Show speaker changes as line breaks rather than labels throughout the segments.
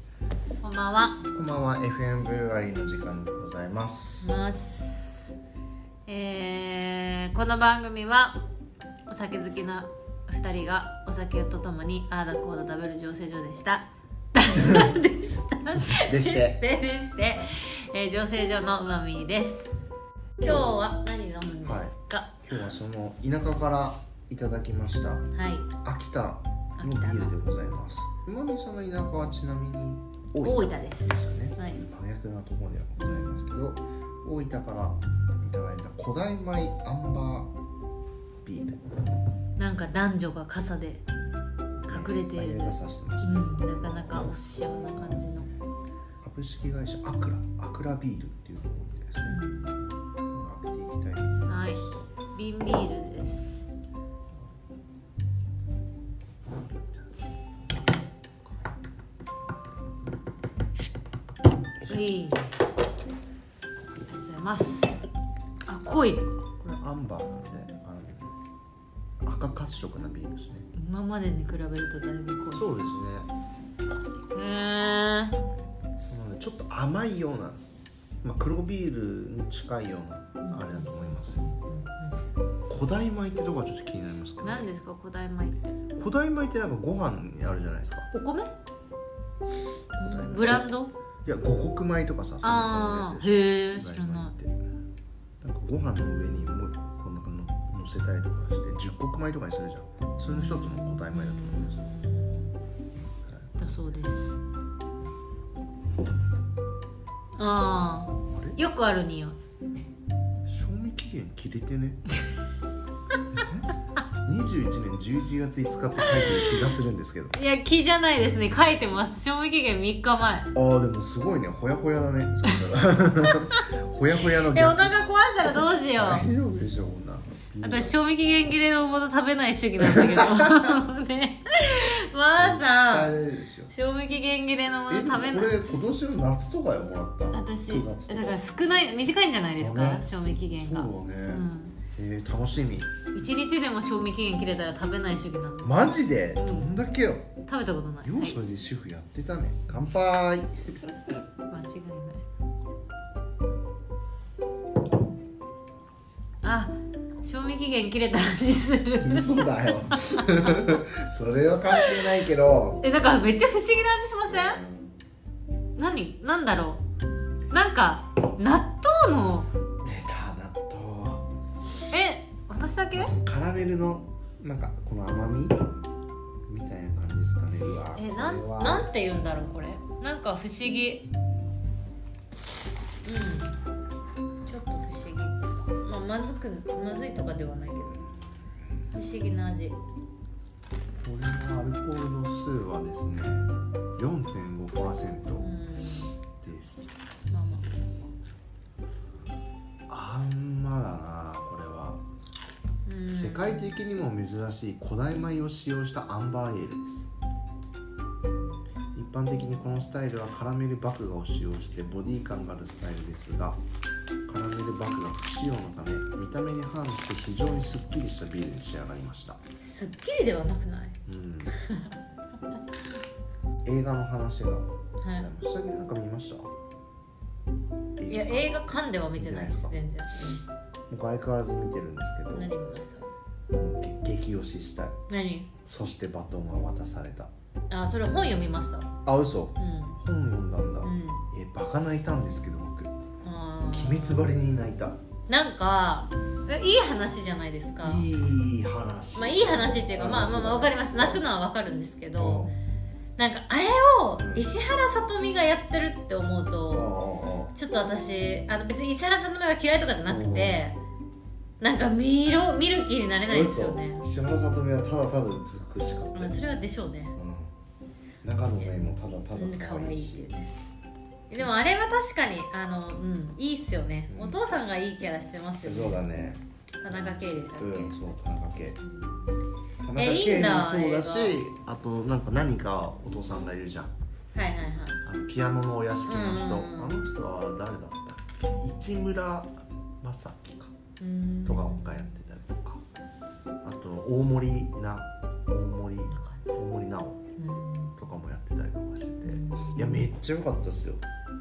ばんは。
こんばんは FM ブルガリーの時間でございます。
ます。えーこの番組はお酒好きな二人がお酒とともにあーだこーだ食べる醸成所でした。 でした。
でして
でして。えー、醸成所のうまみです。今日は何飲むんですか。
今日はその田舎からいただきました
はい。
秋田のビールでございます。うまみさんの田舎はちなみに大
大分
分
です。
ですよね。
はい。
真逆なところではございますけど、大分からいただいた古代米アンバービール
なんか男女が傘で隠れている
映。画させてま
う
す。
ん、なかなかおっしゃるな感じの。
株式会社アクラアクラビールっていうところみたいですね。今開けていきたい。
はい、瓶ビールです。はい。ありがとうございます。あ、濃い。
これアンバーなんであの赤褐色なビールですね
今までに比べるとだいぶ濃
そうです
い。へえ。
ねなのでちょっと甘いような、まあ、黒ビールに近いようなあれだと思いますよ古代米ってとこはちょっと気になりますけど
何ですか古代米って。
古代米ってなんかご飯にあるじゃないですか
お米？
古代米
ブランド？
いや五穀米とかさそん
あ
な感
あ、
じのや
へえ、
つ
知
です
ら
よ
な
古代米ってなんかご飯の上にもうこんなの乗せたりとかして十穀米とかにするじゃんそれの一つの
い。
古代米だと思います
うんだそうです。ああ。
あれ
よくある匂い
賞味期限切れてね21年11月5日って書いてる気がするんですけど
いや木じゃないですね書いてます賞味期限3日前
ああでもすごいねほやほやだねそしたらほやほやの
えお
逆
腹壊したらどうしよ
大
う
丈夫でしょこんな
私賞味期限切れのもの食べない主義なんだけど ねまーさ
大
ん
丈夫でしょ
賞味期限切れのもの
えで
食べ
も
な
これ
い
今年の夏とかよもらったの
私
9月と
だから少ない短いんじゃないです
だ
か
ね
賞味期限が
そうだね、
うん
えー楽しみ
一日でも賞味期限切れたら食べない主義なの食
マジで、
うん
どんだけよ
べたことない、
よ
は
う
い
そ、れで主婦やってたね乾杯
間違いないあ賞味期限切れた味する
嘘だよそれは関係ないけど
えなんかめっちゃ不思議な味しません何なんだろうなんか納豆の
出た納豆
え私だけ
そのカラメルのなんかこの甘みみたいな感じですかねうわ
えな
これ
ん
は
なんて言うんだろうこれなんか不思議うんちょっと不思議、まあ、まずくまずいとかではないけど不思議な味
これはアルコール度数はですね
う
4.5%
ん
です
まあまあ
あんまだなこれは、
うん
世界的にも珍しい古代米を使用したアンバーエールです一般的にこのスタイルはカラメル麦芽を使用してボディ感があるスタイルですがカラメル麦芽不使用のため見た目に反して非常にすっきりしたビールに仕上がりました
すっきりではなくない
うん映画の話が
は
最近なんか見ました
いいや映画館では見てないです全然
僕相変わらず見てるんですけ
何見ました
どもうげ激推ししたい
何
そしてバトンは渡された
あそれ本読みましたう
あ嘘
ん
本読んだんだ、
うん
えバカ泣いたんですけど僕
あー
鬼滅ばりに泣いた
なんかえいい話じゃないですか
いい話
まあいい話っていうかまあまあまあわかります泣くの
は
はわかるんですけどなんかあれを石原さとみがやってるって思う
ああ
と
あ
ちょっと私あの別に石原さとみが嫌いとかじゃなくてなんか見ろ見る気になれ
あ
ないですよね
嘘石原さとみはただただ美しかった
まあ
よ
それはでしょうね
うん長野めもただた
うん
だ
可
可愛
愛い
い
って
し
いうねでもあれは確かにあの、うん、いいっすよね、
う
お
ん
父さんがいいキャラしてますよ
そ
ね
うだね
田中圭でしたっ
う
け、
んそう田中圭田中
えいい
圭
ん
も
だ
そうだし
映
あとなんか何かお父さんがいるじゃん
はいはいはい
あのピアノのお屋敷の人
うんうんうん
あの人は誰だったっけ市村正樹か
うん
とかがやってたりとかあと大森な大森大森奈緒
うん
とかもやってたりとかしてていやめっちちゃ良かったですよ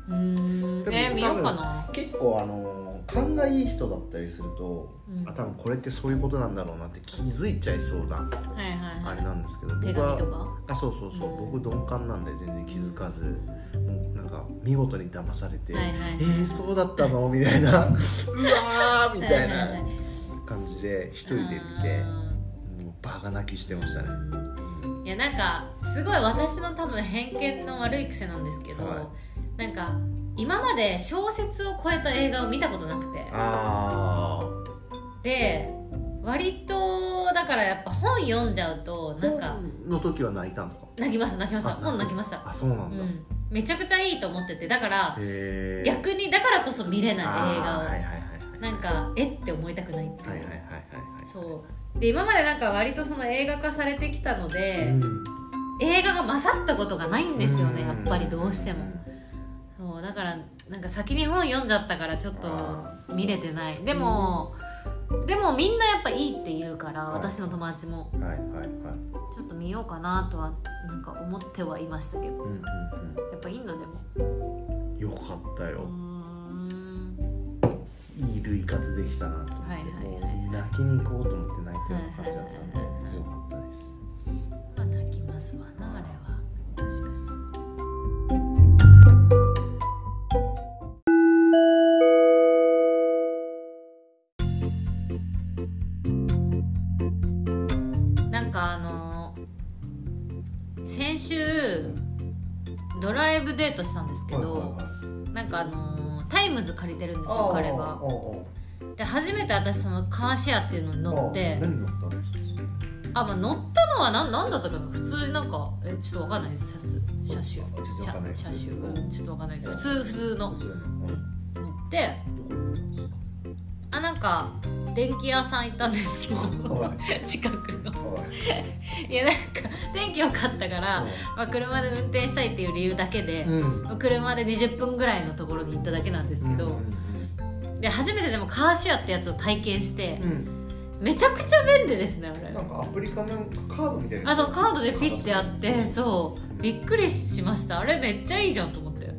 うーんえ
でも
見ようかな
結構あの勘がいい人だったりすると、
うん
あ多分これってそういうことなんだろうなって気づいちゃいそうな
はいはい
あ
は
れなんですけど
い手
僕
紙
は
とか
あそうそうそう、
うん
僕鈍感なんで全然気づかずもうなんか見事に騙されて、
はいはい
えー、そうだったのみたいなう わーみたい
はは は
な 感じで一人で見てもうバカ泣きしてましたね
いやなんかすごい私の多分偏見の悪い癖なんですけど、
は
なんか今まで小説を超えた映画を見たことなくて
あ
で割とだからやっぱ本読んじゃうと
あ
なんか
の時は泣いたんですか
泣きました泣きました
あ
本泣きました
あそうな
うん
だ、
んめちゃくちゃいいと思っててだから
へえ
逆にだからこそ見れない映画
あーはい
を
はいはいはい
なんかえって思いたくないっていう
はいはいはいはいはい
そうで今までなんか割とその映画化されてきたので、
うん
映画が勝ったことがないんですよね
うん
やっぱりどうしてもそうだからなんか先に本読んじゃったからちょっ
あ
と見れてないでも、でもみんなやっぱいいって言うから
はい
私の友達も
はいはいはい
ちょっと見ようかなとはなんか思ってはいましたけど
うんうん
やっぱいいんだでも
うんよかった
うー
よ、
ん
いい類活できたなと思って、
はいはいはい
もう泣きに行こうと思って泣いたような感じだったん
は
で、
いはいはいはい
よかったです
まあ泣きますわなあれは確かになんかあの先週ドライブデートしたんですけどなんかあのタイムズ借りてるんですよ彼がで初めて私そのカーシェアっていうのに乗って
何乗ったんですか
あ、まあ、乗ったのは何何だったかな普通になんかえちょっとわかんないです車種車
あちょっとわかんない
種
です
車種うんちょっとわかんないです普通普通の
普通の
乗ってあなんか電気屋さん行ったんですけど 近くのいやなんか電気良かったから、まあ、車で運転したいっていう理由だけで、まあ車で20分ぐらいのところに行っただけなんですけど、で初めてでもカーシェアってやつを体験して、めちゃくちゃ便利ですね俺
なんかアプリかなんかカードみたいな
あそうカードでピッてやってそうび
ッ
っくりしましたあれめっちゃいいじゃんと思って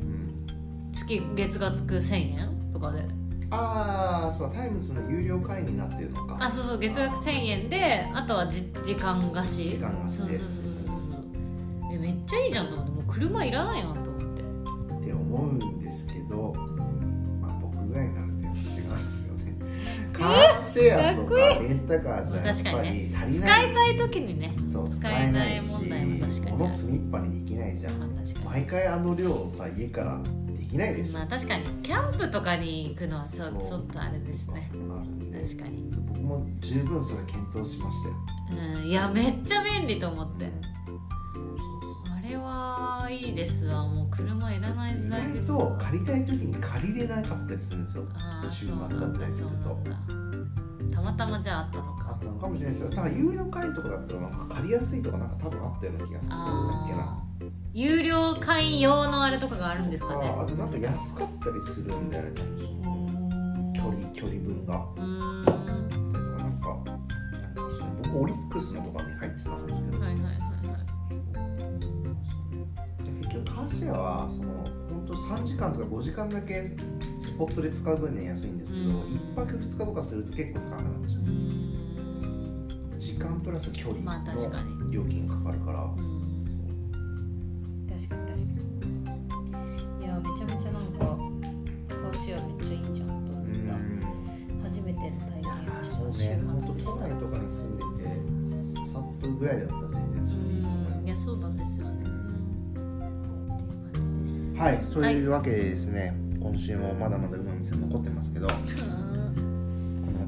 月月額1000円とかで
ああそうタイムズの有料会員になってるのか
あそうそう月額1000円であとはじ時間貸し
時間貸し
そうそ
で
うそうそうそうえめっちゃいいじゃんと思ってもう車いらないやんと思って
って思うんですけど、まあ、僕ぐらいになるとやっぱ違うんですよ ね。カーシェアとかレンタカーじゃやっぱり足り
使い
な
た
い。
い時にね
そう使えないし
使えない問題も確かに
物積みっぱにできないじゃ
まあ
ん
確かに
毎回あの量をさ家からできないでしょ、
まあ確かにキャンプとかに行くのはちょ
そう
ちょっとあれですね
あるんで
確かに
僕も十分それ検討しましたよ
うんいやめっちゃ便利と思って
そうそう
あれはいいですわもう車いらない時代
そう
で
意
す
外
わ
と借りたい時に借りれなかったりするんですよ
あー
週末だったりすると
そうなんだたまたまじゃああったの
あ
か
ったのかもしれないですよなんか有料会員とかだったらなんか借りやすいとかなんか多分あったような気がするなんだっけな
あー有料会員用のあれとかがあるんですかね
ああとなんか安かったりするんだよね多分その距離距離分が
うーん
だからなんかなんかその僕オリックスのとかに入ってたんですけど
はいはいはいはい
結局カーシェアはその本当3時間とか5時間だけスポットで使う分には安いんですけ
う
ど、
ん
一1泊2日とかすると結構高くなっちゃ
うー
う時間プラス距離
んまあ
の
確かに
料金がかかるから、
うん確かに確かにいやめちゃめちゃなんかカーシェアめっちゃいいじゃんと
う
思っ
ん
た初めての体
いや
験をし
そう
た週
ね本当
末でし
都
た
内とかに住んでてささっとぐらいだったら全然それでいいと思います
いやそうなんですよね。っていう感じです。
はい、というわけでですね、今週もまだまだうまみさん残ってますけど、こ
うん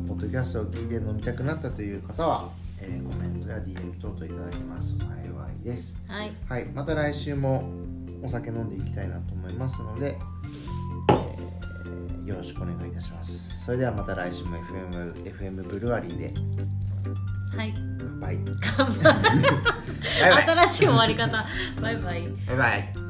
のポッドキャストを聞いて飲みたくなったという方は、えーコメントや DM 等々いただきますと幸いです。
はい。
はい、また来週もお酒飲んでいきたいなと思いますので、えーよろしくお願いいたします。それではまた来週も FM, FM ブルワリーで
はい。
乾杯。
乾杯
バイバイ。
新しい終わり方。バイバイ。
バイバイ